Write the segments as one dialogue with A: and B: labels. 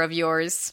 A: of yours.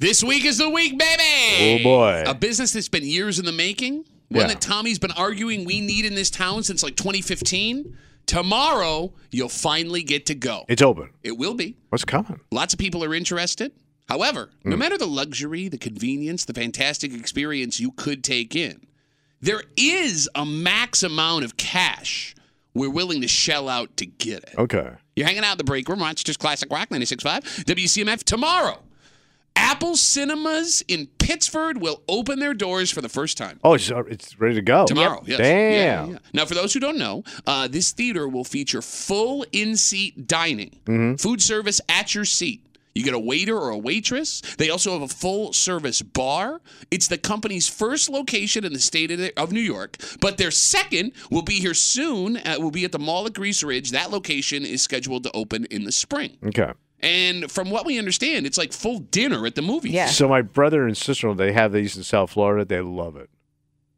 B: This week is the week, baby.
C: Oh, boy.
B: A business that's been years in the making.
C: Yeah.
B: One that Tommy's been arguing we need in this town since like 2015. Tomorrow, you'll finally get to go.
C: It's open.
B: It will be.
C: What's coming?
B: Lots of people are interested. However, no
C: Hmm.
B: matter the luxury, the convenience, the fantastic experience you could take in, there is a max amount of cash we're willing to shell out to get it.
C: Okay.
B: You're hanging out in the break room, Rochester's Classic Rock 96.5, WCMF. Tomorrow, Apple Cinemas in Pittsford will open their doors for the first time.
C: Oh, it's, it's ready to go.
B: Tomorrow, yes. Yeah,
C: Damn.
B: yeah, yeah. Now, for those who don't know, uh, this theater will feature full in-seat dining,
C: Mm-hmm.
B: food service at your seat. You get a waiter or a waitress. They also have a full-service bar. It's the company's first location in the state of, of New York, but their second will be here soon. Uh, will be at the Mall at Grease Ridge. That location is scheduled to open in the spring.
C: Okay.
B: And from what we understand, it's like full dinner at the movies.
D: Yeah.
C: So my brother and sister, they have these in South Florida. They love it.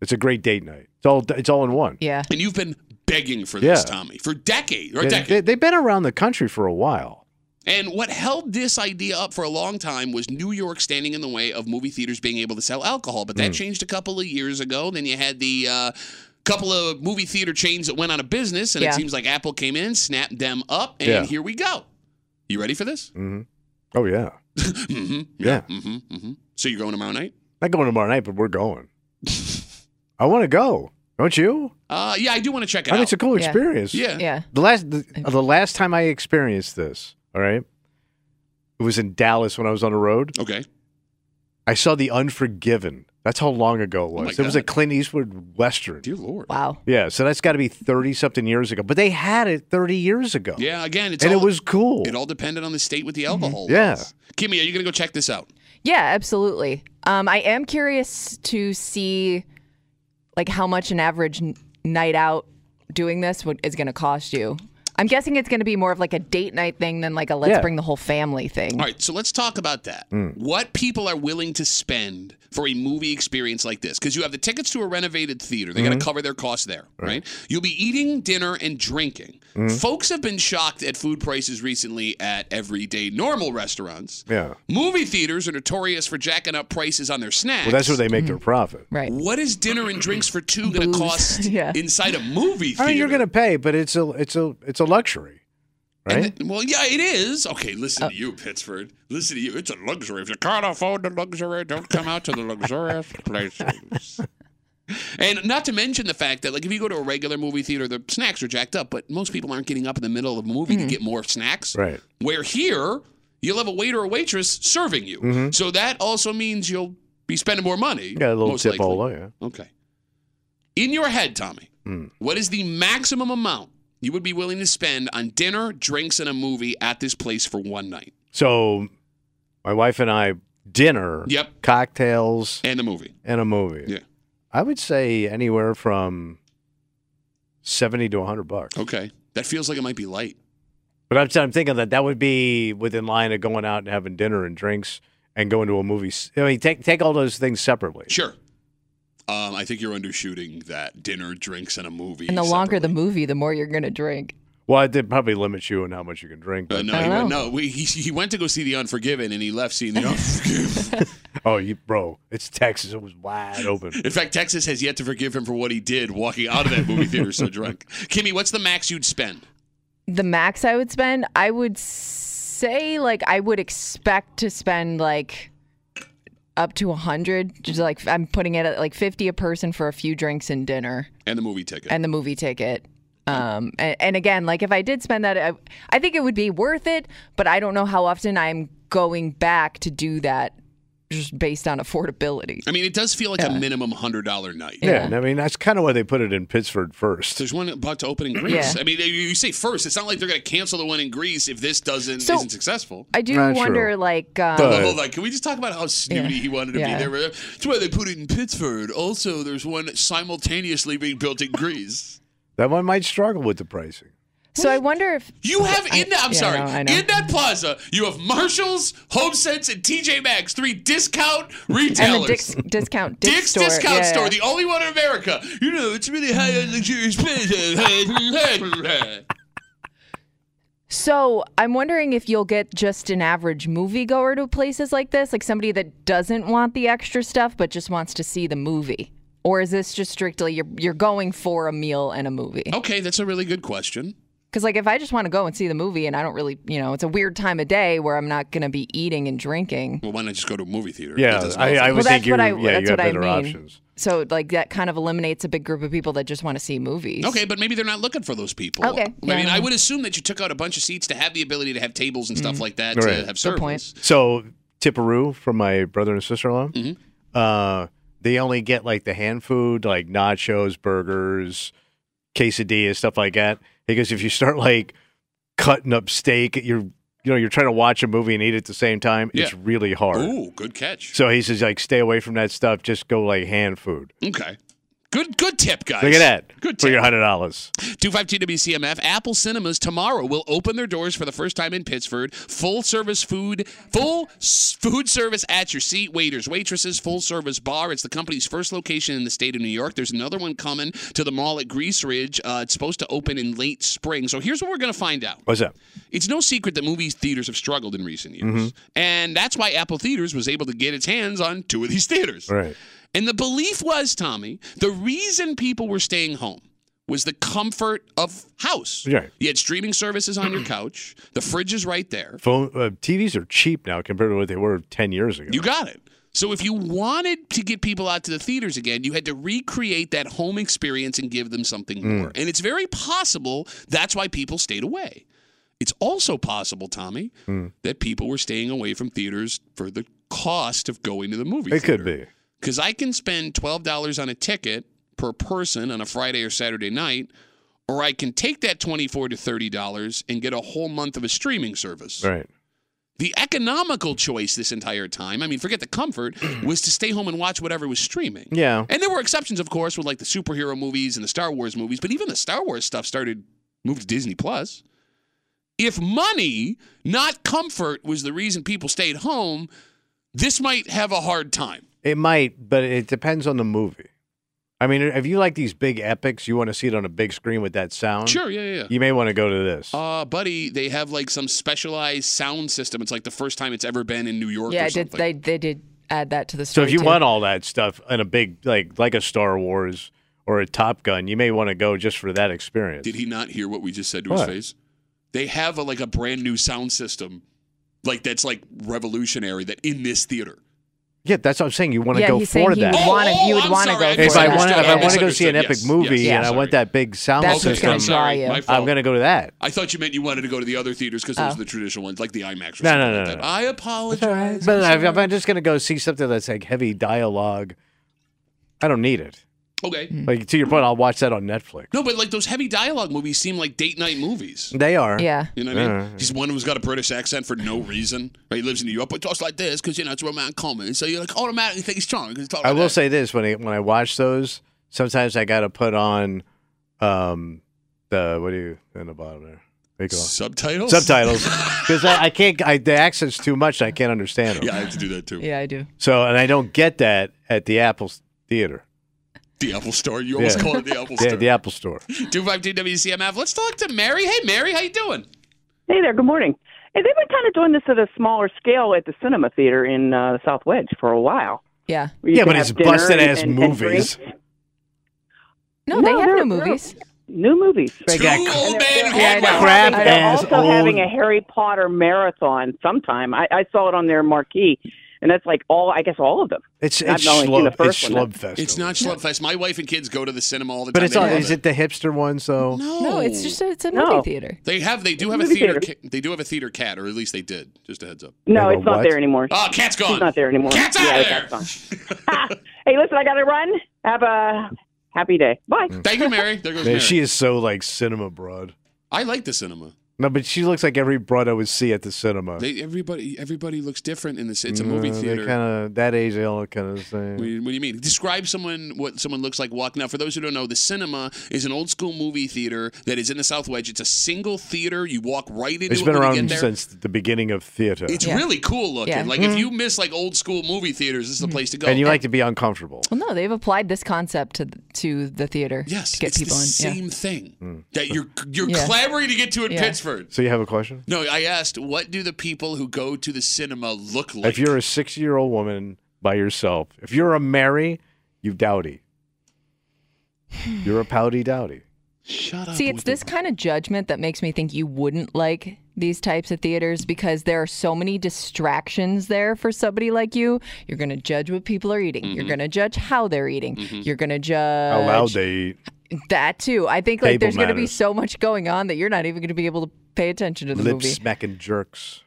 C: It's a great date night. It's all it's all in one.
D: Yeah.
B: And you've been begging for this,
C: Yeah.
B: Tommy, for decades or
C: They,
B: decades.
C: they, have been around the country for a while.
B: And what held this idea up for a long time was New York standing in the way of movie theaters being able to sell alcohol. But
C: Hmm.
B: that changed a couple of years ago. Then you had the uh, couple of movie theater chains that went out of business, and it
D: Yeah.
B: seems like Apple came in, snapped them up, and
C: Yeah.
B: here we go. You ready for this?
C: hmm Oh yeah.
B: hmm
C: Yeah.
B: hmm hmm So you're going tomorrow night?
C: Not going tomorrow night, but we're going. I want to go. Don't you?
B: Uh, yeah, I do want to check it
C: I mean,
B: out.
C: it's a cool
D: Yeah.
C: experience.
B: yeah.
D: Yeah.
C: The last the, the last time I experienced this, all right, it was in Dallas when I was on the road.
B: Okay.
C: I saw The Unforgiven. That's how long ago it
B: Oh my
C: was. it was a
B: God.
C: Clint Eastwood western.
B: Dear Lord.
D: Wow.
C: Yeah, so that's got to be thirty something years ago. But they had it thirty years ago.
B: Yeah. Again, it's
C: and
B: all,
C: it was cool.
B: it all depended on the state with the alcohol.
C: Yeah.
B: laws. Kimmy, are you gonna go check this out?
D: Yeah, absolutely. Um, I am curious to see like how much an average n- night out doing this would, is going to cost you. I'm guessing it's going to be more of like a date night thing than like a let's
C: Yeah.
D: bring the whole family thing.
B: All right, so let's talk about that.
C: Mm.
B: What people are willing to spend for a movie experience like this? Because you have the tickets to a renovated theater, they got
C: Mm-hmm.
B: to cover their costs there, right. You'll be eating dinner and drinking.
C: Mm.
B: Folks have been shocked at food prices recently at everyday normal restaurants.
C: yeah.
B: Movie theaters are notorious for jacking up prices on their snacks.
C: Well, that's where they make their profit.
D: Right.
B: What is dinner and drinks for two going
D: Booze.
B: to cost
D: Yeah.
B: inside a movie theater?
C: I mean, you're gonna pay, but it's a it's a it's a luxury,
B: And
C: right? Uh,
B: th- well, yeah, it is. Okay, listen to you, Pittsford. Listen to you. It's a luxury. If you can't afford the luxury, don't come out to the luxurious places. And not to mention the fact that, like, if you go to a regular movie theater, the snacks are jacked up, but most people aren't getting up in the middle of a movie to get more snacks.
C: Mm-hmm. Right.
B: Where here, you'll have a waiter or waitress serving you. So that also means you'll be spending more money.
C: yeah, Mm-hmm. a little
B: most likely.
C: tipola. Yeah.
B: Okay. In your head, Tommy,
C: Mm.
B: what is the maximum amount you would be willing to spend on dinner, drinks, and a movie at this place for one night?
C: So, my wife and I dinner,
B: Yep.
C: cocktails,
B: And the movie.
C: and a movie.
B: Yeah.
C: I would say anywhere from seventy to hundred bucks.
B: Okay. That feels like it might be light.
C: But I'm, I'm thinking that that would be within line of going out and having dinner and drinks and going to a movie. s- I mean, take take all those things separately.
B: Sure. Um, I think you're undershooting that dinner, drinks, and a movie.
D: And the longer the
B: separately.
D: movie, the more you're going to drink.
C: Well, it did probably limits you on how much you can drink.
B: Uh,
C: But,
B: no,
D: I
B: he
D: don't
B: went,
D: know.
B: no. We, he, he went to go see The Unforgiven, and he left seeing The Unforgiven.
C: oh, you bro, it's Texas. It was wide open.
B: In fact, Texas has yet to forgive him for what he did walking out of that movie theater so drunk. Kimmy, what's the max you'd spend?
D: The max I would spend, I would s- say like I would expect to spend like up to a hundred. Just like I'm putting it at like fifty a person for a few drinks and dinner
B: and the movie ticket.
D: and the movie ticket. Um, and, and again, like if I did spend that, I, I think it would be worth it. But I don't know how often I'm going back to do that, just based on affordability.
B: I mean, it does feel like a minimum hundred dollar night.
C: Yeah, and I mean that's kind of why they put it in Pittsford first.
B: There's one about to open in Greece. I mean, you- you say first. It's not like they're going to cancel the one in Greece if this doesn't
D: So-
B: isn't successful.
D: I do
C: Not
D: wonder,
C: true.
D: like, um,
C: But-
B: Hold on. Can we just talk about how snooty he wanted to
D: Yeah.
B: be there? That's why they put it in Pittsburgh. Also, there's one simultaneously being built in Greece.
C: That one might struggle with the pricing.
D: so I wonder if
B: You have in that. I'm
D: yeah,
B: sorry.
D: I know, I know.
B: In that plaza, you have Marshalls, HomeSense, and TJ Maxx, three discount retailers.
D: and the Dick's discount Dick's,
B: Dick's
D: store,
B: Discount
D: yeah,
B: Store,
D: yeah.
B: the only one in America. You know, it's really high end luxurious plaza.
D: So I'm wondering if you'll get just an average moviegoer to places like this, like somebody that doesn't want the extra stuff but just wants to see the movie, or is this just strictly you're you're going for a meal and a movie?
B: okay, that's a really good question.
D: Because like if I just want to go and see the movie and I don't really, you know, it's a weird time of day where I'm not going to be eating and drinking.
B: Well, why not just go to a movie theater? That
C: Yeah,
B: doesn't
C: I,
B: also-
C: I would
D: Well,
C: think
D: that's
C: you
D: what I.
C: yeah
D: that's
C: you have
D: what I
C: better
D: mean.
C: options.
D: So like that kind of eliminates a big group of people that just want to see movies.
B: Okay, but maybe they're not looking for those people.
D: Okay,
B: I mean,
D: yeah.
B: I would assume that you took out a bunch of seats to have the ability to have tables and stuff like that to
C: Mm-hmm. Right.
B: have
D: Good point.
B: service.
C: So Tipperoo from my brother and sister in law,
B: Mm-hmm.
C: uh, they only get like the hand food, like nachos, burgers, quesadillas, stuff like that. Because if you start like cutting up steak, you're you know you're trying to watch a movie and eat at the same time. It's
B: Yeah.
C: really hard.
B: Ooh, good catch.
C: So he says like stay away from that stuff. Just go like hand food.
B: Okay. Good good tip, guys.
C: Look at that
B: Good
C: for
B: tip.
C: your hundred dollars.
B: 252WCMF, Apple Cinemas tomorrow will open their doors for the first time in Pittsford. Full service food, full s- food service at your seat, waiters, waitresses, full service bar. It's the company's first location in the state of New York. There's another one coming to the mall at Grease Ridge. Uh, it's supposed to open in late spring. So here's what we're going to find out.
C: What's up?
B: It's no secret that movie theaters have struggled in recent years. And that's why Apple Theaters was able to get its hands on two of these theaters.
C: Right.
B: And the belief was, Tommy, the reason people were staying home was the comfort of house.
C: Right.
B: You had streaming services on your couch, the fridge is right there.
C: Phone uh, TVs are cheap now compared to what they were ten years ago.
B: You got it. So if you wanted to get people out to the theaters again, you had to recreate that home experience and give them something
C: Mm.
B: more. And it's very possible that's why people stayed away. It's also possible, Tommy,
C: Mm.
B: that people were staying away from theaters for the cost of going to the movie.
C: it could be.
B: Because I can spend $12 on a ticket per person on a Friday or Saturday night, or I can take that $24 to $30 and get a whole month of a streaming service.
C: Right.
B: The economical choice this entire time, I mean, forget the comfort, was to stay home and watch whatever was streaming.
C: Yeah.
B: And there were exceptions, of course, with like the superhero movies and the Star Wars movies, but even the Star Wars stuff started moved to Disney Plus. If money, not comfort, was the reason people stayed home, this might have a hard time.
C: It might, but it depends on the movie. I mean, if you like these big epics, you want to see it on a big screen with that sound.
B: Sure, yeah, yeah, yeah.
C: You may want to go to this.
B: Uh, buddy, they have like some specialized sound system. It's like the first time it's ever been in New York.
D: Yeah,
B: or
D: I did,
B: something.
D: they they did add that to the
C: so
D: story.
C: if you
D: too.
C: want all that stuff in a big like like a Star Wars or a Top Gun, you may want to go just for that experience.
B: Did he not hear what we just said to
C: What?
B: his face? They have a, like a brand new sound system, like that's like revolutionary. That in this theater,
C: yeah, that's what I'm saying. You want to
D: yeah,
C: go
D: he's saying
C: for
D: he would
C: that.
B: Oh,
D: wanna,
B: oh,
D: he would
B: I'm
D: want to
B: sorry, I
D: go for
C: if I
B: that.
C: want,
D: want
C: if
B: Yeah,
C: I want to go
B: misunderstood.
C: see an epic
B: Yes,
C: movie
B: yes,
C: and I want
B: sorry.
C: that big sound
D: That's what's
C: system,
D: gonna draw
B: Sorry,
D: you.
B: my fault.
C: I'm going to go to that.
B: I thought you meant you wanted to go to the other theaters because
D: Oh.
B: those are the traditional ones, like the IMAX. Or
C: No,
B: something
C: no,
B: like
C: no,
B: that.
C: no.
B: I apologize.
C: But I- if I'm just going to go see something that's like heavy dialogue, I don't need it.
B: okay.
C: Like to your point, I'll watch that on Netflix.
B: No, but like those heavy dialogue movies seem like date night movies.
C: They are.
D: Yeah.
B: You know what I mean?
C: Yeah.
B: He's one who's got a British accent for no reason. Right? He lives in New York, but talks like this because you know it's romantic comedy. So you like automatically think he's strong because he talks
C: I
B: like
C: will
B: that.
C: say this when I when I watch those, sometimes I gotta put on um the what do you in the bottom there? They call
B: subtitles.
C: subtitles because I, I can't I, the accent's too much. I can't understand them.
B: Yeah, I have to do that too.
D: Yeah, I do.
C: So and I don't get that at the Apple Theater.
B: The Apple Store. You almost
C: Yeah.
B: call it the Apple
C: Yeah,
B: Store.
C: the Apple Store.
B: 252 WCMF. Let's talk to Mary. Hey, Mary, how you doing?
E: Hey there, good morning. Hey, they've been kind of doing this at a smaller scale at the cinema theater in uh, South Wedge for a while.
D: Yeah.
E: where you
C: Yeah,
E: can
C: but
E: have
C: it's
E: dinner
C: busted
E: and-
C: ass
E: and- and
C: movies.
E: drinks.
D: No,
E: No,
D: Oh, they have
E: they're-
D: new movies.
E: new movies.
B: Two old men, one
D: I know.
B: woman.
C: Crab
E: And they're
C: ass
E: also
C: old.
E: having a Harry Potter marathon sometime. I, I saw it on their marquee, and that's like all I guess all of them.
C: It's
E: I've
C: it's
E: only seen
C: schlub,
E: the
C: it's
E: first one.
C: schlubfest.
B: It's not Schlubfest. My wife and kids go to the cinema all the time.
C: But it's
B: They
C: all,
B: love
C: is it the hipster one? So
B: No,
D: No, it's just a, it's a
E: No.
D: movie theater.
B: They have. They do have a
E: Movie
B: theater.
E: theater.
B: Ca- they do have a theater cat, or at least they did. Just a heads up.
E: No,
C: Have a
E: it's not
C: what?
E: there anymore.
B: Oh, cat's gone.
E: She's not there anymore.
B: Cat's out
E: yeah,
B: of
E: the
B: there.
E: cat's gone. Ah, hey, listen, I got to run. Have a happy day. Bye.
B: Thank you, Mary. There goes
C: Man,
B: Mary.
C: she is so like cinema broad.
B: I like the cinema.
C: No, but she looks like every broad I would see at the cinema.
B: They, everybody, everybody looks different in this. It's a movie
C: Mm, they
B: theater.
C: Kind of that age, they all look kind of the same.
B: What do you- what do you mean? Describe someone what someone looks like walking. Now, for those who don't know, the cinema is an old school movie theater that is in the South Wedge. It's a single theater. You walk right into
C: it's
B: it
C: been
B: when you
C: around
B: get there.
C: since the beginning of theater,
B: it's
D: Yeah.
B: really cool looking.
D: Yeah. Mm-hmm.
B: Like if you miss like old school movie theaters, this is the place to go.
C: Mm-hmm. and you like to be uncomfortable.
D: Well, no, they've applied this concept to th- to the theater
B: yes,
D: to get
B: it's
D: people
B: the
D: in.
B: same thing
C: Mm.
B: that you're you're
D: Yeah.
B: clamoring to get to in
D: Yeah.
B: Pittsburgh.
C: So you have a question?
B: No, I asked, what do the people who go to the cinema look like?
C: if you're a 60 year old woman by yourself, if you're a Mary, you dowdy. You're a pouty dowdy.
B: shut
D: yeah.
B: up.
D: See, it's
B: with the-
D: this kind of judgment that makes me think you wouldn't like these types of theaters because there are so many distractions there for somebody like you. You're going to judge what people are eating.
B: Mm-hmm.
D: You're going to judge how they're eating. You're going to judge
C: How loud they eat.
D: that too. I think like
C: Table
D: there's going to be
C: manners.
D: so much going on that you're not even going to be able to pay attention to the
C: Lip
D: movie.
C: smacking jerks.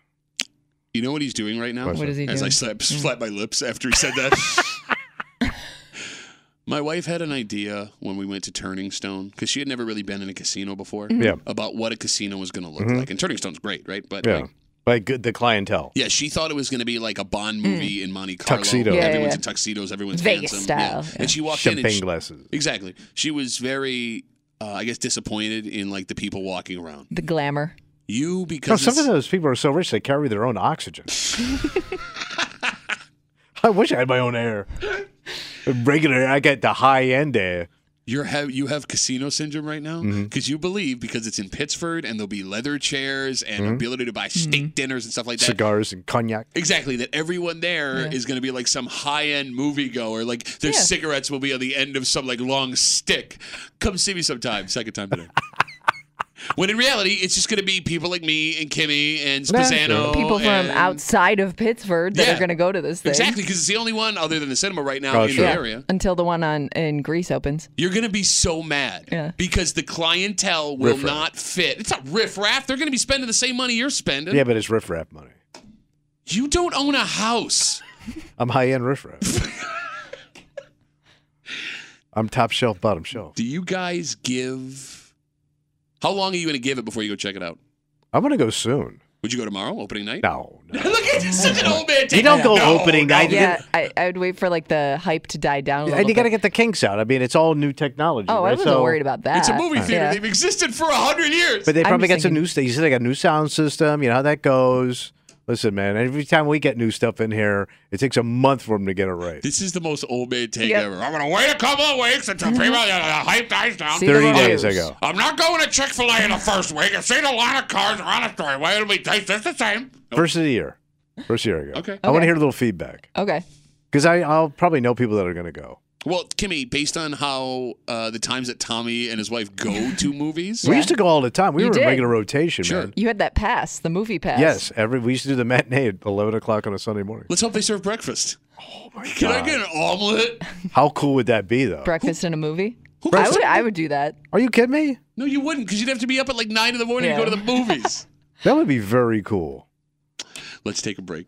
B: You know what he's doing right now?
D: What is he
B: As I
D: doing?
B: slap,
C: Mm.
B: slap my lips after he said that. my wife had an idea when we went to Turning Stone because she had never really been in a casino before
C: Mm-hmm. Yeah. Mm-hmm.
B: about what a casino was going to look like. And Turning Stone's great, right? But
C: Yeah.
B: like,
C: Like good, the clientele.
B: yeah, she thought it was going to be like a Bond movie in Monte Carlo.
C: Mm. Tuxedo. Yeah,
D: yeah,
B: everyone's
D: yeah.
B: in tuxedos. Everyone's
D: Vegas
B: handsome.
D: style,
B: And she walked in
C: Champagne
B: and she,
C: glasses.
B: exactly. She was very, uh, I guess, disappointed in like the people walking around.
D: the glamour.
B: You
C: No,
B: because
C: some of
B: it's-
C: those people are so rich they carry their own oxygen. I wish I had my own air. Regular, I get the high end air.
B: You're have you have casino syndrome right now
C: Mm-hmm.
B: because you believe because it's in Pittsford and there'll be leather chairs and
C: Mm-hmm.
B: ability to buy
D: Mm-hmm.
B: steak dinners and stuff like that.
C: Cigars and cognac.
B: Exactly, that everyone there is going to be like some high end moviegoer. Like their
D: Yeah.
B: cigarettes will be on the end of some like long stick. Come see me sometime. Second time today. when in reality, it's just going to be people like me and Kimmy and
C: Nah,
B: Spazzano.
D: People from
B: Oh, and-
D: outside of Pittsburgh that
B: Yeah.
D: are going to go to this thing.
B: Exactly, because it's the only one other than the cinema right now
C: Oh,
B: in
C: sure.
B: the
C: Yeah.
B: area.
D: Until the one on in Greece opens.
B: You're gonna be so mad
D: Yeah.
B: because the clientele will
C: Riffraff.
B: not fit. It's not riff raff. They're gonna be spending the same money you're spending.
C: Yeah, but it's riffraff money.
B: You don't own a house.
C: I'm high end riffraff. I'm top shelf, bottom shelf.
B: Do you guys give? How long are you gonna give it before you go check it out?
C: I'm gonna go soon.
B: Would you go tomorrow, opening night?
C: No, no.
B: Look at you, such an old man.
C: You don't go
B: No,
C: opening
B: no.
C: night.
D: Yeah, I, I would wait for like the hype to die
B: Oh,
D: down. A little
C: And you got to
D: bit.
C: get the kinks out. I mean, it's all new technology.
D: Oh, I
C: right?
D: wasn't
C: So-
D: worried about that.
B: It's a movie theater.
D: Yeah.
B: They've existed for a hundred years.
C: But they
D: I'm
C: probably got
D: just
C: some
D: thinking-
C: new stuff. You said they got a new sound system. You know how that goes. Listen, man, every time we get new stuff in here, it takes a month for them to get it right.
B: this is the most old man take
D: Yep.
B: ever. I'm gonna wait a couple of weeks until people the hype dies down.
D: See the
C: 30
D: reviews.
C: days ago.
B: I'm not going to Chick Fil A in the first week. I've seen a lot of cars around the driveway. It'll be taste just the same.
C: First of the year. First year ago.
B: Okay.
C: I want to
D: Okay.
C: hear a little feedback
D: Okay.
C: because I'll probably know people that are going to go.
B: Well, Kimmy, based on how uh, the times that Tommy and his wife go to movies,
C: We used to go all the time. We
D: You
C: were in
D: did.
C: regular rotation,
B: Sure.
C: man.
D: You had that pass, the movie pass.
C: Yes, every we used to do the matinee at eleven o'clock on a Sunday morning.
B: let's hope they serve breakfast. Oh my Can I get an omelet?
C: How cool would that be, though?
D: Breakfast in a movie.
B: Who
D: I
B: goes
D: would.
B: to-
D: I would do that.
C: Are you kidding me?
B: No, you wouldn't, because you'd have to be up at like nine in the morning to
D: Yeah.
B: go to the movies.
C: That would be very cool.
B: let's take a break.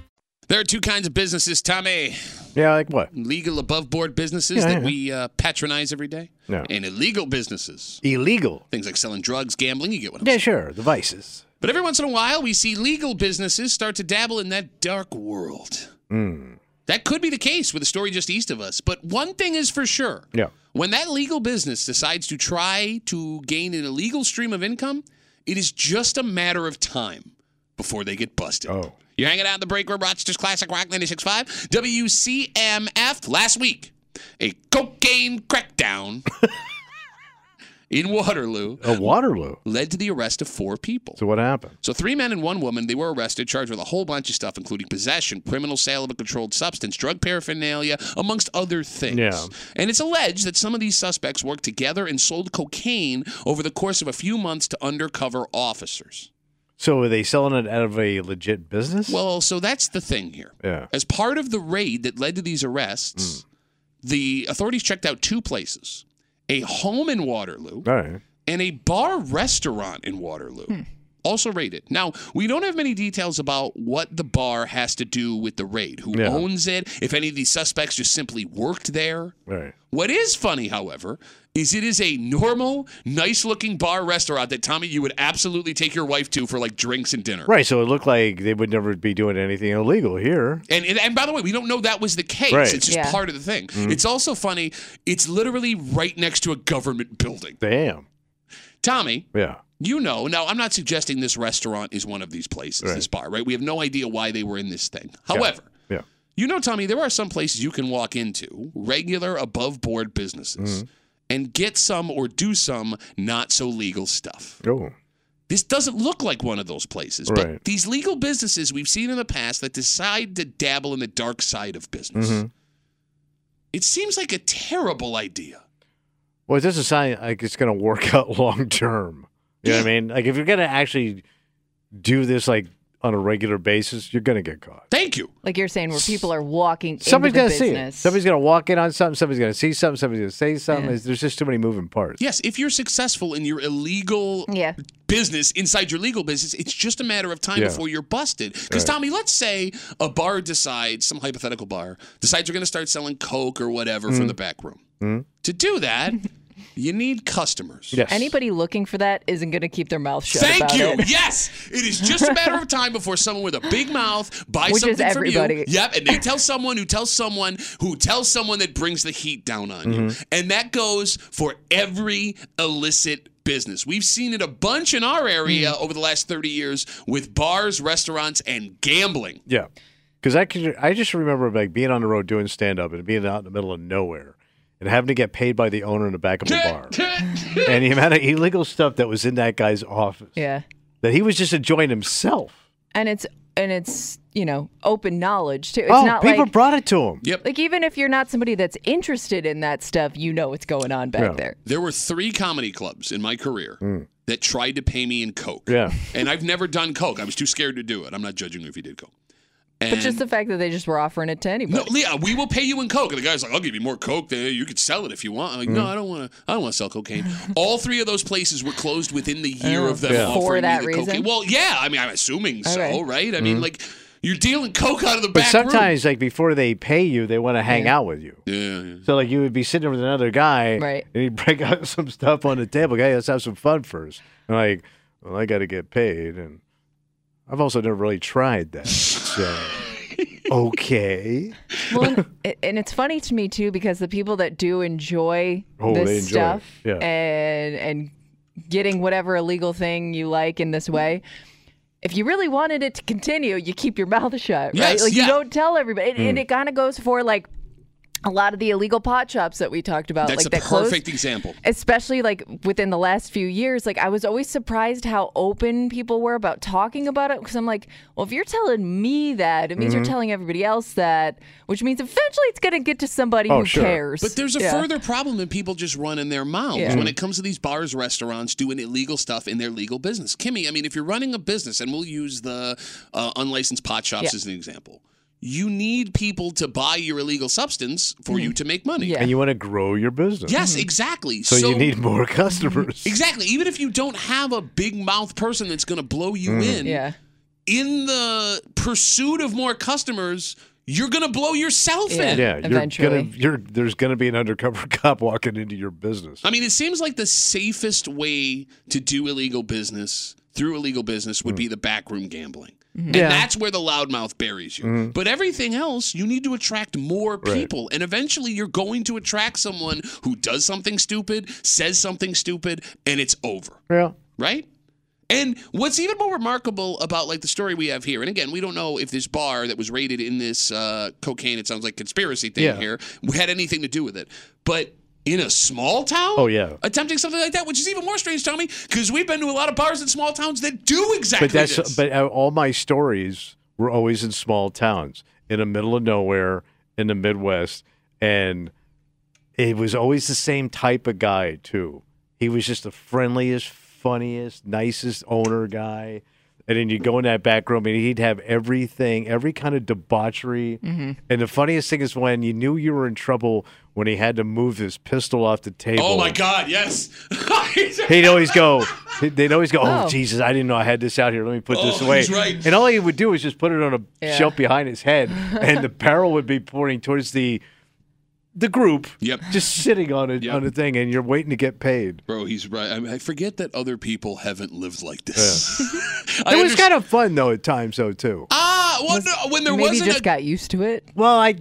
B: There are two kinds of businesses, Tommy.
C: Yeah, like what?
B: Legal above board businesses
C: Yeah,
B: that
C: yeah.
B: we uh, patronize every day.
C: Yeah.
B: And illegal businesses.
C: Illegal.
B: Things like selling drugs, gambling, you get what I'm
C: Yeah,
B: saying.
C: sure. The vices.
B: But every once in a while, we see legal businesses start to dabble in that dark world.
C: Hmm.
B: That could be the case with a story just east of us. But one thing is for sure.
C: Yeah.
B: When that legal business decides to try to gain an illegal stream of income, it is just a matter of time before they get busted.
C: Oh.
B: You're hanging out in the break room, Rochester's Classic Rock 96.5, WCMF. Last week, a cocaine crackdown in Waterloo
C: A Waterloo.
B: led to the arrest of four people.
C: So what happened?
B: So three men and one woman, they were arrested, charged with a whole bunch of stuff, including possession, criminal sale of a controlled substance, drug paraphernalia, amongst other things.
C: Yeah.
B: And it's alleged that some of these suspects worked together and sold cocaine over the course of a few months to undercover officers.
C: So were they selling it out of a legit business?
B: Well, so that's the thing here.
C: Yeah. Mm.
B: As part of the raid that led to these arrests, the authorities checked out two places. A home in Waterloo
C: all right.
B: and a bar restaurant in Waterloo. Also raided. Now, we don't have many details about what the bar has to do with the raid, who
C: Yeah.
B: owns it, if any of these suspects just simply worked there.
C: All right.
B: What is funny, however, is it is a normal, nice looking bar restaurant that Tommy, you would absolutely take your wife to for like drinks and dinner.
C: Right. So it looked like they would never be doing anything illegal here.
B: And, and and by the way, we don't know that was the case.
C: Right. Mm-hmm.
B: It's just
D: Yeah.
B: part of the thing. It's also funny. It's literally right next to a government building.
C: Damn.
B: Tommy,
C: Yeah.
B: you know. Now, I'm not suggesting this restaurant is one of these places,
C: Right.
B: this bar. Right? We have no idea why they were in this thing. However.
C: Yeah.
B: You know, Tommy, there are some places you can walk into, regular above board businesses,
C: Mm-hmm.
B: and get some or do some not so legal stuff.
C: Oh.
B: This doesn't look like one of those places. But
C: Right.
B: these legal businesses we've seen in the past that decide to dabble in the dark side of business.
C: Mm-hmm.
B: It seems like a terrible idea.
C: Well, is this a sign like it's going to work out long term? You know what I mean? Like if you're going to actually do this like on a regular basis, you're going to get caught.
B: Thank you.
D: Like you're saying, where people are walking
C: Somebody's
D: into
C: going
D: the
C: to see it.
D: business.
C: Somebody's going to walk in on something. Somebody's going to see something. Somebody's going to say something.
D: Yeah.
C: There's- There's just too many moving parts.
B: Yes, if you're successful in your illegal
D: Yeah.
B: business inside your legal business, it's just a matter of time
C: Yeah.
B: before you're busted. Because,
C: Right.
B: Tommy, let's say a bar decides, some hypothetical bar, decides you're going to start selling Coke or whatever
C: Mm.
B: from the back room. To do that, you need customers.
C: Yes.
D: Anybody looking for that isn't going to keep their mouth shut.
B: Thank
D: about
B: you.
D: It.
B: Yes, it is just a matter of time before someone with a big mouth buys
D: Which is
B: something from you.
D: everybody.
B: Yep, and they tell someone who tells someone who tells someone that brings the heat down on you,
D: Mm-hmm.
B: and that goes for every illicit business. We've seen it a bunch in our area
D: Mm.
B: over the last thirty years with bars, restaurants, and gambling.
C: Yeah, because I could, I just remember like being on the road doing stand up and being out in the middle of nowhere and having to get paid by the owner in the back of a bar, and the amount of illegal stuff that was in that guy's office
D: Yeah.
C: that he was just enjoying himself.
D: And it's and it's you know open knowledge too. It's
C: oh,
D: not
C: people
D: like
C: brought it to him.
B: Yep.
D: like even if you're not somebody that's interested in that stuff, you know what's going on back
C: Yeah.
D: there.
B: There were three comedy clubs in my career
D: Mm.
B: that tried to pay me in coke.
C: Yeah.
B: and I've never done coke. I was too scared to do it. I'm not judging you if you did coke.
D: But just the fact that they just were offering it to anybody.
B: No, Leah, we will pay you in coke. And the guy's like, I'll give you more coke. Than you could sell it if you want. I'm like,
C: Mm.
B: no, I don't want to. I don't want to sell cocaine. All three of those places were closed within the year of them
C: Oh. Yeah.
B: offering
D: For that
B: me the
D: reason?
B: cocaine. Well, yeah. I mean, I'm assuming so,
D: Okay.
B: right? I mean, like, you're dealing coke out of the
C: Mm-hmm. But
B: back
C: sometimes, like before they pay you, they want to hang out with you.
B: room. Yeah, yeah.
C: So like you would be sitting with another guy,
D: Right.
C: And he'd break out some stuff on the table. Hey, let's have some fun first. And like, well, I got to get paid, and I've also never really tried that. So okay,
D: Well, and, it- and it's funny to me too because the people that do enjoy
C: Oh,
D: this
C: they enjoy it.
D: stuff
C: Yeah.
D: and and getting whatever illegal thing you like in this way. If you really wanted it to continue, you keep your mouth shut, right?
B: Yes,
D: Like
B: yeah.
C: Hmm.
D: you don't tell everybody, and, and it kind of goes for like a lot of the illegal pot shops that we talked about.
B: That's
D: like
B: a
D: that closed-
B: perfect example.
D: especially like within the last few years like i was always surprised how open people were about talking about it because i'm like well if you're telling me that it means
C: Mm-hmm.
D: you're telling everybody else that which means eventually it's going to get to somebody
C: Oh,
D: who
C: sure.
D: cares
B: But there's a
D: Yeah.
B: further problem than people just running their mouths when it comes to these bars, restaurants doing illegal stuff in their legal business. Kimmy, I mean, if you're running a business, and we'll use the uh, unlicensed pot shops as an example, you need people to buy your illegal substance for you to make money.
D: Mm. Yeah. Mm-hmm.
C: And you want to grow your business.
B: Yes, exactly.
C: So, you need more customers.
B: Exactly. Even if you don't have a big mouth person that's going to blow you
C: Mm.
B: in,
D: yeah
B: in the pursuit of more customers, you're going to blow yourself
D: Yeah.
B: in.
C: Yeah,
D: Eventually.
C: You're gonna, you're, there's going to be an undercover cop walking into your business.
B: I mean, it seems like the safest way to do illegal business through illegal business would be the backroom gambling. And that's where the loudmouth buries you. But everything else, you need to attract more people. And eventually, you're going to attract someone who does something stupid, says something stupid, and it's over
C: Yeah.
B: right? And what's even more remarkable about like the story we have here, and again, we don't know if this bar that was raided in this uh, cocaine, it sounds like conspiracy thing
C: Yeah.
B: here, had anything to do with it. But in a small town,
C: Oh, yeah.
B: attempting something like that, which is even more strange, Tommy, because we've been to a lot of bars in small towns that do exactly
C: But that's
B: this.
C: but uh, all my stories were always in small towns, in the middle of nowhere, in the Midwest, and it was always the same type of guy too. He was just the friendliest, funniest, nicest owner guy. And then you go in that back room, and he'd have everything, every kind of debauchery.
B: Mm-hmm.
C: And the funniest thing is when you knew you were in trouble when he had to move his pistol off the table.
B: oh my God, yes.
C: He'd always go. They'd always go. Oh,
D: Oh.
C: Jesus! I didn't know I had this out here. Let me put this
B: Oh,
C: away.
B: he's right.
C: And all he would do is just put it on a
D: Yeah.
C: shelf behind his head, and the barrel would be pointing towards the the group.
B: Yep.
C: Just sitting on it
B: Yep.
C: on a thing, and you're waiting to get paid.
B: Bro, he's right. I, mean, I forget that other people haven't lived like this. I
C: It was
B: underst-
C: kind of fun though at times though too.
B: Ah, well, no, when there
D: maybe
B: wasn't
D: just
B: a
D: got used to it
C: Well, I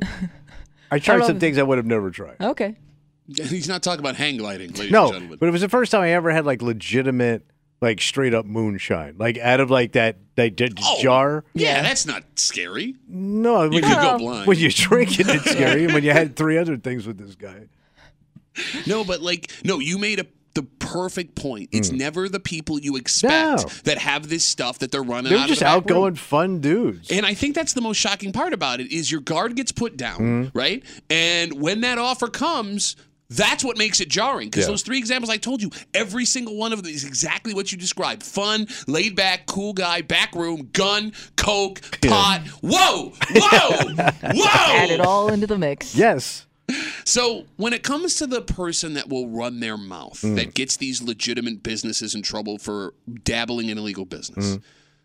C: I tried
D: love
C: some
D: it.
C: things I would have never tried.
D: okay
B: He's not talking about hang gliding, ladies and
C: No,
B: gentlemen.
C: but it was the first time I ever had like legitimate, like straight up moonshine, like out of like that that, that
B: Oh.
C: jar.
B: yeah, that's not scary.
C: No,
B: You
C: when
B: could go
C: you
B: blind.
C: when you drink it, it's scary. when you had three other things with this guy.
B: no, but like, no, you made a the perfect point. It's never the people you expect
C: No.
B: that have this stuff that they're running.
C: They're
B: out
C: just
B: of the back room.
C: outgoing, fun dudes.
B: And I think that's the most shocking part about it is your guard gets put down, right? And when that offer comes, that's what makes it jarring because those three examples I told you, every single one of them is exactly what you described: fun, laid back, cool guy, back room, gun, coke, pot. Whoa, whoa,
C: Oh.
B: whoa!
D: add it all into the mix
C: Yes.
B: So when it comes to the person that will run their mouth, that gets these legitimate businesses in trouble for dabbling in illegal business.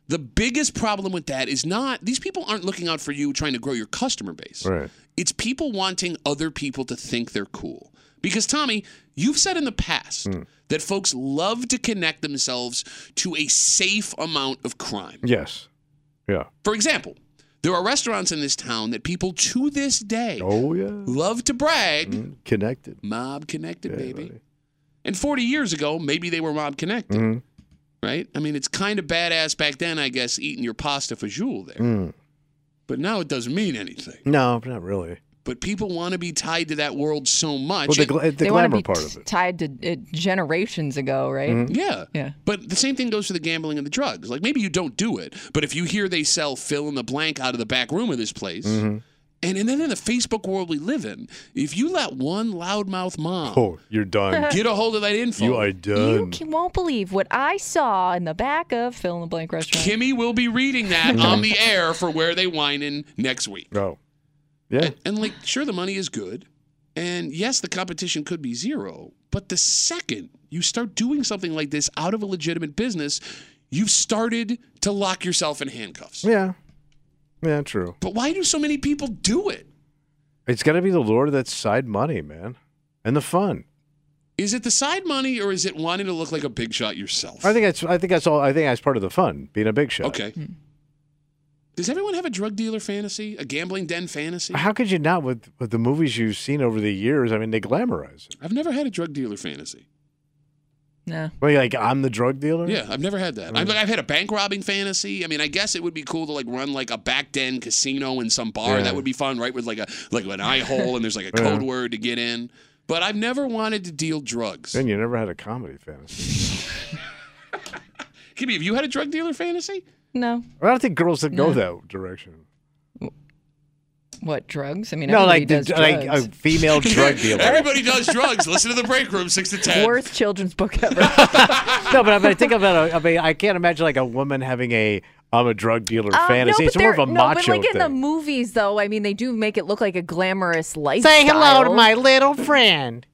B: The biggest problem with that is not these people aren't looking out for you trying to grow your customer base.
C: Right.
B: It's people wanting other people to think they're cool. Because Tommy, you've said in the past that folks love to connect themselves to a safe amount of crime.
C: Yes. Yeah.
B: For example, there are restaurants in this town that people to this day
C: Oh yeah. Mm-hmm.
B: love to brag
C: Connected.
B: mob connected, baby. And 40 years ago, maybe they were mob connected,
C: Mm-hmm. Mm.
B: right? I mean, it's kind of badass back then, I guess, eating your pasta fajoule
C: Mm.
B: there. But now it doesn't mean anything.
C: No, not really.
B: But people want to be tied to that world so much.
C: Well, the,
B: it-
C: gla- the
D: they want to
C: glamour
D: be
C: part
D: t-
C: of it. Mm-hmm.
D: tied to it generations ago right
C: mm.
B: yeah.
D: Yeah.
B: But the same thing goes for the gambling and the drugs. Like maybe you don't do it, but if you hear they sell fill in the blank out of the back room of this place,
C: Mm-hmm.
B: and, and then in the Facebook world we live in, if you let one loudmouth mom
C: Oh, you're done.
B: get a hold of that info,
C: you are
D: you
C: done.
D: can, won't believe what i saw in the back of fill in the blank restaurant
B: Kimmy will be reading that on the air for Where They Whining next week.
C: No. Yeah.
B: And like, sure, the money is good. And yes, the competition could be zero. But the second you start doing something like this out of a legitimate business, you've started to lock yourself in handcuffs.
C: Yeah. Yeah. True.
B: But why do so many people do it?
C: It's got to be the lure that's side money, man, and the fun.
B: Is it the side money or is it wanting to look like a big shot yourself?
C: I think that's. I think that's all. I think that's part of the fun, being a big shot. Hmm.
B: Okay. Does everyone have a drug dealer fantasy? A gambling den fantasy?
C: How could you not with, with the movies you've seen over the years? I mean, they glamorize it.
B: I've never had a drug dealer fantasy.
D: No.
C: Well, you're like I'm the drug dealer.
B: Yeah, I've never had that. I've, like, I've had a bank robbing fantasy. I mean, I guess it would be cool to like run like a back den casino in some bar.
C: Yeah.
B: That would be fun, right? With like a like an eye hole and there's like a code word to get in. But I've never wanted to deal drugs.
C: Then you never had a comedy fantasy.
B: Kimmy, have you had a drug dealer fantasy?
D: No.
C: I don't think girls that go that direction.
D: What drugs? I mean,
C: no,
D: everybody
C: like the,
D: does
C: like uh, a
D: drugs.
C: female drug dealer.
B: Everybody does drugs. Listen to the break room six to ten.
D: worst children's book ever.
C: no, but I, mean, I think about. A, I mean, I can't imagine like a woman having a I'm a drug dealer
D: Um,
C: fantasy.
D: No,
C: it's
D: but
C: more of a
D: they're- no,
C: macho
D: but like
C: thing.
D: in the movies, though, I mean, they do make it look like a glamorous lifestyle.
F: Say hello to my little friend.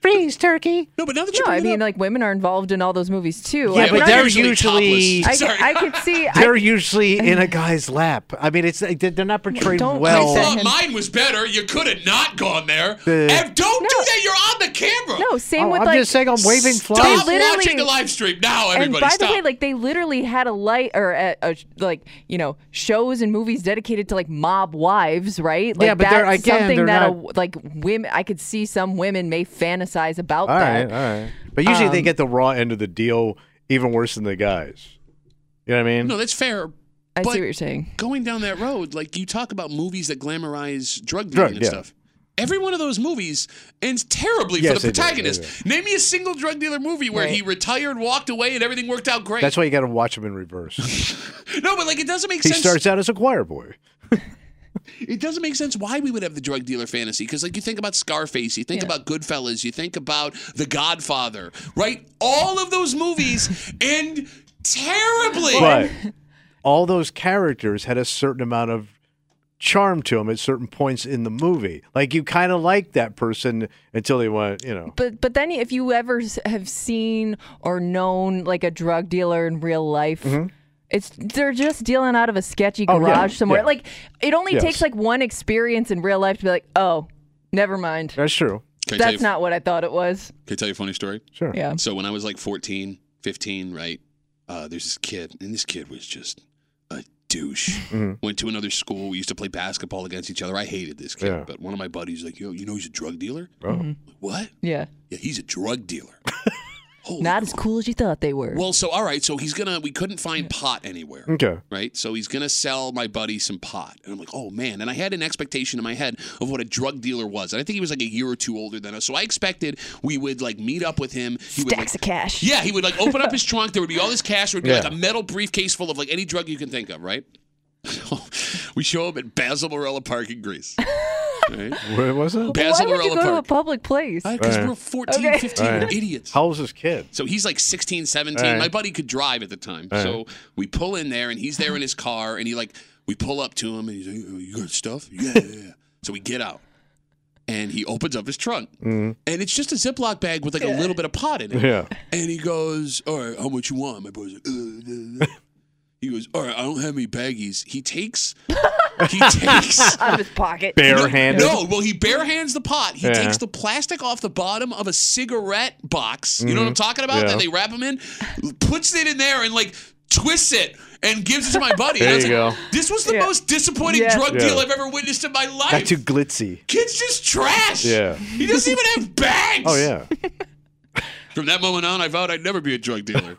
F: Freeze, turkey.
B: No, but now that you
D: No, I
B: bring it
D: mean,
B: up-
D: like women are involved in all those movies too. I
C: Yeah, but
D: mean,
C: they're
D: I,
C: usually-
B: topless.
D: could-
B: Sorry.
D: I could see. I,
C: They're usually in a guy's lap. I mean, it's like, they're they're not portrayed
D: Don't
C: well.
B: I
D: that.
B: thought mine was better. You could have not gone there.
C: The-
B: Ev, don't do that. You're on the camera.
D: no, same
C: Oh,
D: with
C: I'm
D: like.
C: just saying, I'm waving
B: Stop
C: flags.
D: They literally-
B: watching the live stream now,
D: and
B: everybody.
D: by
B: Stop.
D: the way, like they literally had a light or a, a, like you know shows and movies dedicated to like mob wives, right? Like,
C: Yeah, but they're-
D: that's
C: again,
D: something
C: they're
D: that
C: not-
D: a, like women. I could see some women may fantasize about
C: All right,
D: that.
C: all right. But usually they
D: Um,
C: get the raw end of the deal, even worse than the guys. You know what I mean?
B: no, that's fair.
D: I
B: but
D: see what you're saying.
B: going down that road, like you talk about movies that glamorize drug dealing
C: Drug,
B: and
C: yeah.
B: stuff. Every one of those movies ends terribly
C: Yes,
B: for the
C: they do, they
B: protagonist. Name me a single drug dealer movie where he retired, walked away, and everything worked out great.
C: That's why you got to watch him in reverse.
B: no, but like it doesn't make
C: he
B: sense.
C: starts out as a choir boy.
B: It doesn't make sense why we would have the drug dealer fantasy because, like, you think about Scarface, you think about Goodfellas, you think about The Godfather, right? All of those movies end terribly.
C: But all those characters had a certain amount of charm to them at certain points in the movie. Like you kind of like that person until they went, you know.
D: But but then if you ever s- have seen or known like a drug dealer in real life. It's they're just dealing out of a sketchy
C: Mm-hmm. Oh,
D: garage
C: yeah,
D: somewhere.
C: yeah.
D: Like it only
C: Yes.
D: takes like one experience in real life to be like, oh, never mind.
C: That's true.
B: Can I tell you-
D: That's not what I thought it was.
B: Can I tell you a funny story?
C: Sure.
D: Yeah.
B: So when I was like 14, 15, right? Uh, there's this kid, and this kid was just a douche.
C: Mm-hmm.
B: Went to another school. We used to play basketball against each other. I hated this kid,
C: Yeah.
B: but one of my buddies was like, yo, you know he's a drug dealer?
C: Oh.
D: Mm-hmm.
B: What?
D: Yeah.
B: Yeah, he's a drug dealer. Holy
D: Not as cool as you thought they were.
B: Well, so all right, so he's gonna. We couldn't find pot anywhere,
C: Okay.
B: right? So he's gonna sell my buddy some pot, and I'm like, oh man. And I had an expectation in my head of what a drug dealer was, and I think he was like a year or two older than us. So I expected we would like meet up with him. He would, like,
D: Stacks of cash.
B: yeah, he would like open up his trunk. There would be all this cash. There would be
C: Yeah.
B: like a metal briefcase full of like any drug you can think of, right? we show up at Basil Morella Park in Greece. Right?
C: What was it?
B: Basil
D: Why would you
B: Morella
D: go to a
B: Park.
D: public place?
B: Because we're 14,
D: Okay.
B: 15,
C: All
B: we're
C: right.
B: idiots.
C: How was this kid?
B: So he's like 16, 17.
C: All right.
B: My buddy could drive at the time.
C: All
B: so we pull in there and he's there in his car and he like, we pull up to him and he's like, "Oh, you got stuff? Yeah, yeah, yeah. so we get out and he opens up his trunk and it's just a Ziploc bag with like a little bit of pot in it.
C: Mm-hmm. Yeah.
B: And he goes, all right, how much you want? My boy's like, uh, uh, uh." he goes, all right, I don't have any baggies. He takes, he takes
D: Out of his pocket.
C: Barehanded.
B: no, well, he bare hands the pot. He
C: Yeah.
B: takes the plastic off the bottom of a cigarette box. You know what I'm talking about?
C: Mm-hmm. Yeah.
B: That they wrap them in, puts it in there, and like twists it and gives it to my buddy. And
C: There
B: I was
C: you
B: like,
C: go.
B: This was the
D: Yeah.
B: most disappointing
D: Yeah.
B: drug
C: Yeah.
B: deal I've ever witnessed in my life.
C: Got too glitzy.
B: Kid's just trash.
C: Yeah.
B: He doesn't even have bags.
C: Oh yeah.
B: From that moment on, I vowed I'd never be a drug dealer.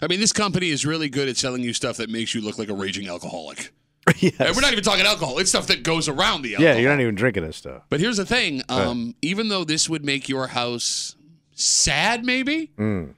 B: I mean, this company is really good at selling you stuff that makes you look like a raging alcoholic. And we're not even talking alcohol. It's stuff that goes around the alcohol.
C: Yeah, you're not even drinking this stuff.
B: But here's the thing:
C: Uh.
B: um, even though this would make your house sad, maybe
C: Mm.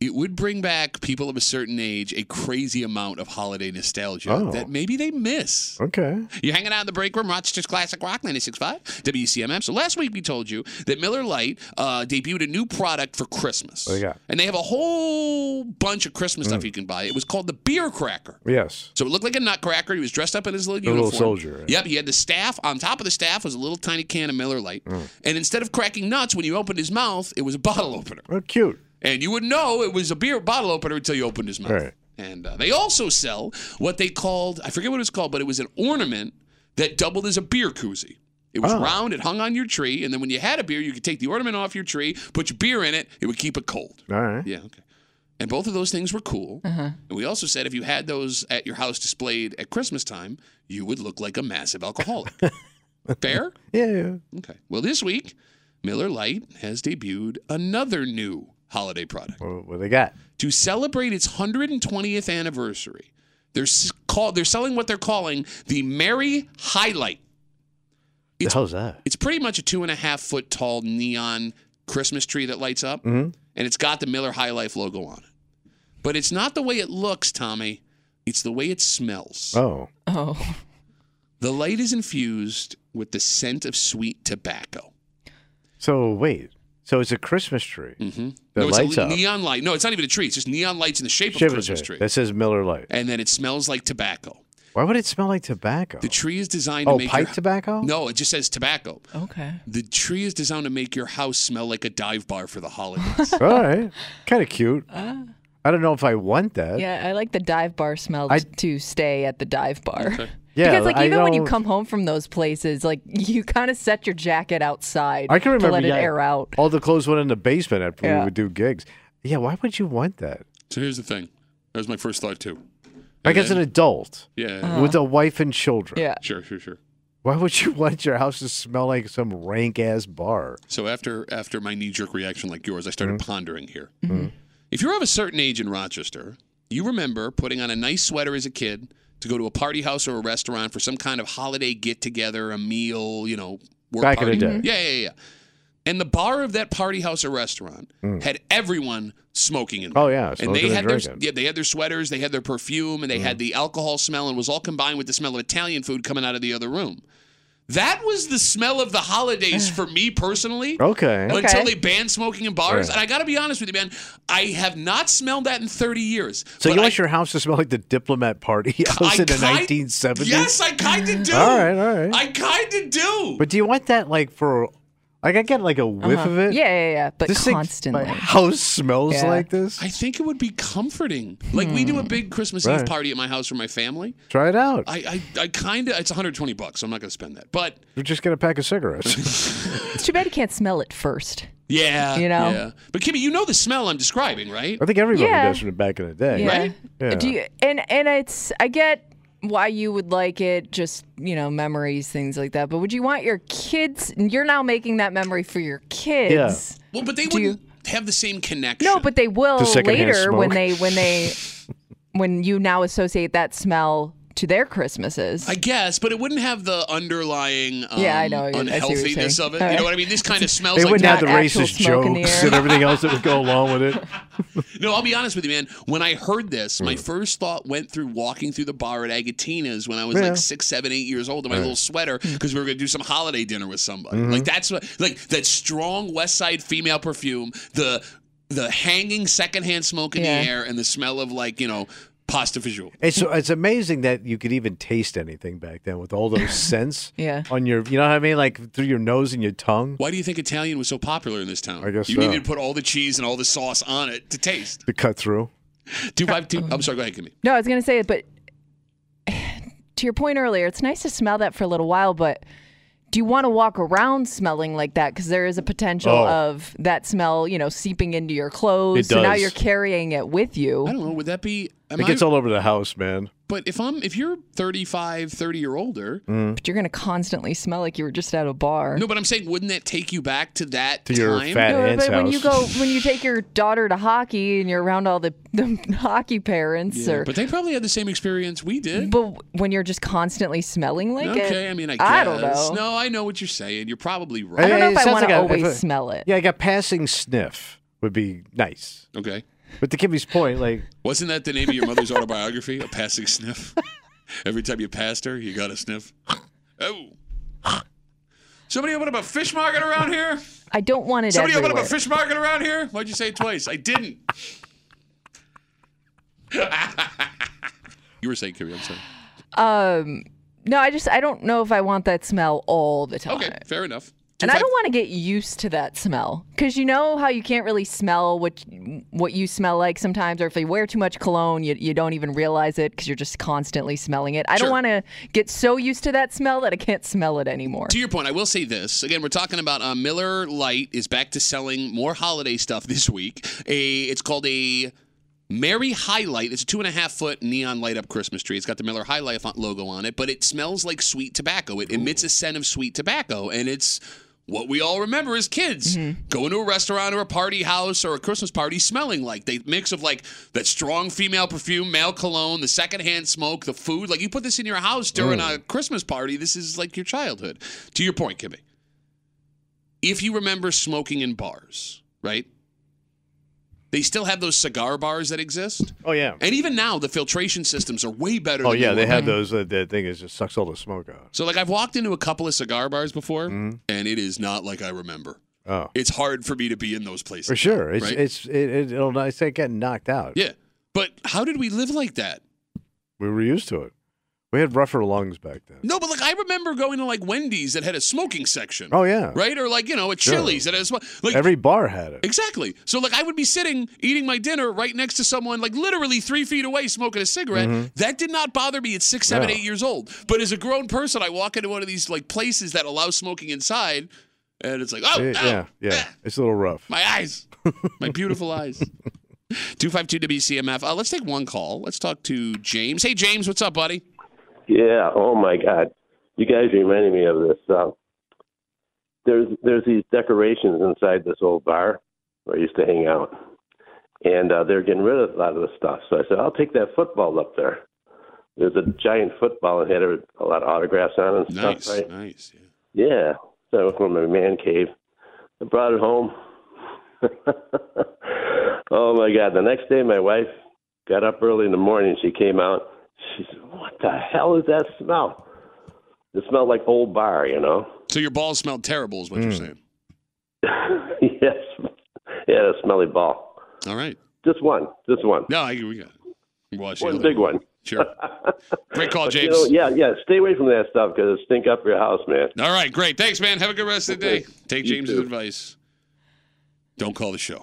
B: it would bring back people of a certain age a crazy amount of holiday nostalgia
C: Oh.
B: that maybe they miss.
C: Okay.
B: You're hanging out in the break room, Rochester's Classic Rock 96.5, WCMM. So last week we told you that Miller Lite uh, debuted a new product for Christmas.
C: What do you got?
B: And they have a whole bunch of Christmas
C: Mm.
B: stuff you can buy. It was called the Beer Cracker.
C: Yes.
B: So it looked like a nutcracker. He was dressed up in his little
C: A little
B: uniform.
C: soldier, right?
B: Yep. He had the staff. On top of the staff was a little tiny can of Miller Lite.
C: Mm.
B: And instead of cracking nuts, when you opened his mouth, it was a bottle opener.
C: Oh, cute.
B: And you wouldn't know it was a beer bottle opener until you opened his mouth.
C: Right.
B: And uh, they also sell what they called, I forget what it was called, but it was an ornament that doubled as a beer koozie. It was
C: Oh.
B: round, it hung on your tree, and then when you had a beer, you could take the ornament off your tree, put your beer in it, it would keep it cold.
C: All right.
B: Yeah, okay. And both of those things were cool.
D: Uh-huh.
B: And we also said if you had those at your house displayed at Christmas time, you would look like a massive alcoholic. Fair?
C: Yeah, yeah.
B: Okay. Well, this week, Miller Lite has debuted another new holiday product.
C: What they got?
B: To celebrate its 120th anniversary, they're s- call, they're selling what they're calling the Merry Highlight.
C: The hell's that?
B: It's pretty much a two and a half foot tall neon Christmas tree that lights up,
C: Mhm.
B: and it's got the Miller High Life logo on it. But it's not the way it looks, Tommy. It's the way it smells.
C: Oh.
D: Oh.
B: The light is infused with the scent of sweet tobacco.
C: So wait. So it's a Christmas tree
B: mm-hmm.
C: that
B: no,
C: lights
B: it's a
C: up.
B: neon light. No, it's not even a tree. It's just neon lights in the shape of
C: Shiver
B: a Christmas tree.
C: tree. That says Miller Lite.
B: And then it smells like tobacco.
C: Why would it smell like tobacco?
B: The tree is designed
C: Oh,
B: to make
C: pipe
B: your,
C: tobacco?
B: No, it just says tobacco.
D: Okay.
B: The tree is designed to make your house smell like a dive bar for the holidays.
C: All right. Kind of cute.
D: Ah.
C: I don't know if I want that.
D: Yeah, I like the dive bar smell
C: I-
D: t- to stay at the dive bar.
C: Yeah,
D: because like
C: I
D: even when you
C: don't-
D: come home from those places, like you kind of set your jacket outside.
C: I can remember
D: to let it
C: yeah,
D: air out.
C: All the clothes went in the basement after
D: Yeah.
C: we would do gigs. Yeah, why would you want that?
B: so here's the thing. That was my first thought too.
C: Like
B: And
C: as an
B: then-
C: adult.
B: Yeah. Uh-huh.
C: With a wife and children.
D: Uh. Yeah.
B: Sure, sure, sure.
C: Why would you want your house to smell like some rank ass bar?
B: So after after my knee jerk reaction like yours, I started
C: Mm-hmm.
B: pondering here. If you're of a certain age in Rochester, you remember putting on a nice sweater as a kid to go to a party house or a restaurant for some kind of holiday get together, a meal, you know, work
C: Back in
B: party.
C: the day.
B: Yeah, yeah, yeah. And the bar of that party house or restaurant
C: Mm.
B: had everyone smoking in there.
C: Oh yeah,
B: and they had their
C: drinking.
B: yeah, they had their sweaters, they had their perfume, and they
C: Mm.
B: had the alcohol smell, and it was all combined with the smell of Italian food coming out of the other room. That was the smell of the holidays for me personally.
C: Okay.
B: Until
C: Okay.
B: they banned smoking in bars,
C: Right.
B: and I got to be honest with you, man, I have not smelled that in 30 years.
C: So
B: But
C: you
B: I-
C: want your house to smell like the diplomat party
B: I
C: house in the
B: kind-
C: 1970s?
B: Yes, I kind of do.
C: All right, all right.
B: I kind of do.
C: But do you want that like for like I get like a whiff
D: Uh-huh.
C: of it?
D: Yeah, yeah, yeah. But
C: This thing- my
D: constantly.
C: House smells
D: Yeah.
C: like this.
B: I think it would be comforting. Like we do a big Christmas Eve
C: Hmm. Right.
B: party at my house for my family.
C: Try it out.
B: I I, I kind of it's 120 bucks. So I'm not going to spend that. But
C: We're just gonna pack a cigarette.
D: It's too bad you can't smell it first.
B: yeah,
D: You know?
B: Yeah. But Kimmy, you know the smell I'm describing, right?
C: I think everybody
D: Yeah.
C: does from back in the day.
D: Yeah.
C: Yeah.
D: Do you, and and it's I get why you would like it, just you know memories, things like that. But would you want your kids? You're now making that memory for your kids.
B: Well, but they
D: Do you-
B: wouldn't have the same connection.
D: No, but they will
C: To secondhand
D: later when
C: smoke.
D: they when they when you now associate that smell to their Christmases.
B: I guess, but it wouldn't have the underlying um,
D: Yeah, I know. I see what you're
B: unhealthiness
D: saying.
B: of it.
D: All
B: You know
D: right.
B: what I mean? This kind of smells
C: They
B: like
C: wouldn't have the
B: that.
C: racist jokes and everything else that would go along with it.
B: No, I'll be honest with you, man. When I heard this,
D: Mm.
B: my first thought went through walking through the bar at Agatina's when I was
C: Yeah.
B: like six, seven, eight years old in my
C: Right.
B: little sweater
D: Mm.
B: because we were going to do some holiday dinner with somebody.
D: Mm-hmm.
C: Mhm.
B: Like that's what, like that strong West Side female perfume, the the hanging secondhand smoke in
C: Yeah.
B: the air, and the smell of like you know pasta fajoule.
C: It's it's amazing that you could even taste anything back then with all those scents.
B: Yeah.
C: On your, you know what I mean, like through your nose and your tongue.
B: Why do you think Italian was so popular in this town? I
C: guess
B: you
C: so.
B: needed to put all the cheese and all the sauce on it to taste.
C: The cut through.
B: Do i I'm sorry. Go ahead, Kimmy.
D: No, I was gonna say it, but to your point earlier, it's nice to smell that for a little while, but do you want to walk around smelling like that? Because there is a potential
C: Oh.
D: of that smell, you know, seeping into your clothes.
C: It
D: So now
C: does.
D: you're carrying it with you. I
B: don't know. Would that be?
C: it gets all over the house, man.
B: But if I'm if you're 35, 30 or older,
C: Mm-hmm.
D: But you're gonna constantly smell like you were just at a bar.
B: no, but I'm saying wouldn't that take you back to that
C: To your
B: time?
C: fat
D: No, but when you go, when you take your daughter to hockey and you're around all the, the hockey parents,
B: Yeah,
D: or
B: but they probably had the same experience we did.
D: but when you're just constantly smelling like it,
B: okay, I mean, I guess.
D: I don't know.
B: No, I know what you're saying. You're probably right.
D: I don't know if I
C: sounds
D: wanna
C: a-
D: always
C: if
D: smell it.
C: Yeah, like a passing sniff would be nice.
B: Okay.
C: But to Kimmy's point, like
B: Wasn't that the name of your mother's autobiography? A passing sniff. Every time you passed her, you got a sniff. Oh. Somebody open up a fish market around here?
D: I don't want it.
B: Somebody
D: everywhere.
B: open up a fish market around here? Why'd you say it twice? I didn't. you were saying, Kimmy, I'm sorry.
D: Um, no, I just I don't know if I want that smell all the time.
B: Okay, fair enough.
D: And I don't want to get used to that smell because you know how you can't really smell what what you smell like sometimes, or if you wear too much cologne, you, you don't even realize it because you're just constantly smelling it. I
B: Sure.
D: don't want to get so used to that smell that I can't smell it anymore.
B: To your point, I will say this. Again, we're talking about uh, Miller Lite is back to selling more holiday stuff this week. A it's called a Mary Highlight. It's a two and a half foot neon light up Christmas tree. It's got the Miller Highlight font logo on it, but it smells like sweet tobacco. It emits a scent of sweet tobacco, and it's what we all remember as kids going to a restaurant or a party house or a Christmas party smelling like they mix of like that strong female perfume, male cologne, the secondhand smoke, the food. Like you put this in your house during a Christmas party, this is like your childhood. To your point, Kimmy, if you remember smoking in bars, right? They still have those cigar bars that exist.
C: Oh yeah.
B: And even now, the filtration systems are way better.
C: Oh
B: than
C: yeah,
B: were
C: they
B: back
C: had those. Uh, that thing is just sucks all the smoke out.
B: so like I've walked into a couple of cigar bars before,
C: Mm-hmm.
B: and it is not like I remember.
C: Oh.
B: It's hard for me to be in those places.
C: For sure, it's
B: right?
C: it's it, it, it'll it's like getting knocked out.
B: yeah. But how did we live like that?
C: We were used to it. We had rougher lungs back then.
B: No, but like I remember going to like Wendy's that had a smoking section.
C: Oh, yeah.
B: right or like you know a
C: Sure.
B: Chili's that has like
C: Every bar had it.
B: exactly. So like I would be sitting eating my dinner right next to someone like literally three feet away smoking a cigarette.
C: Mhm.
B: That did not bother me at six, seven, eight
C: No.
B: years old. But as a grown person, I walk into one of these like places that allow smoking inside, and it's like oh,
C: It-
B: oh,
C: yeah, yeah. It's a little rough.
B: My eyes. My beautiful eyes. 252 WCMF. Uh, let's take one call. Let's talk to James. Hey, James, what's up, buddy?
G: Yeah. Oh my God. You guys reminded me of this. Uh, there's there's these decorations inside this old bar where I used to hang out, and uh, they're getting rid of a lot of the stuff. So I said, I'll take that football up there. There's a giant football and had a, a lot of autographs on it and
B: Nice.
G: stuff. Right?
B: Nice. yeah.
G: Yeah. So I went from my man cave. I brought it home. oh my God! The next day, my wife got up early in the morning. She came out. She said, "What the hell is that smell?" It smelled like old bar, you know.
B: So your balls smelled terrible, is what
C: Hmm.
B: you're saying.
G: yes, yeah, a smelly ball.
B: All right.
G: Just one, just one.
B: No, I, we got it. Wash the
G: one
B: other
G: big one.
B: Sure. Great call,
G: But,
B: James.
G: You know, yeah, yeah. Stay away from that stuff because it stink up your house, man.
B: All right, great. Thanks, man. Have a good rest of the day.
G: Okay.
B: Take
G: You
B: James's
G: too.
B: advice. Don't call the show.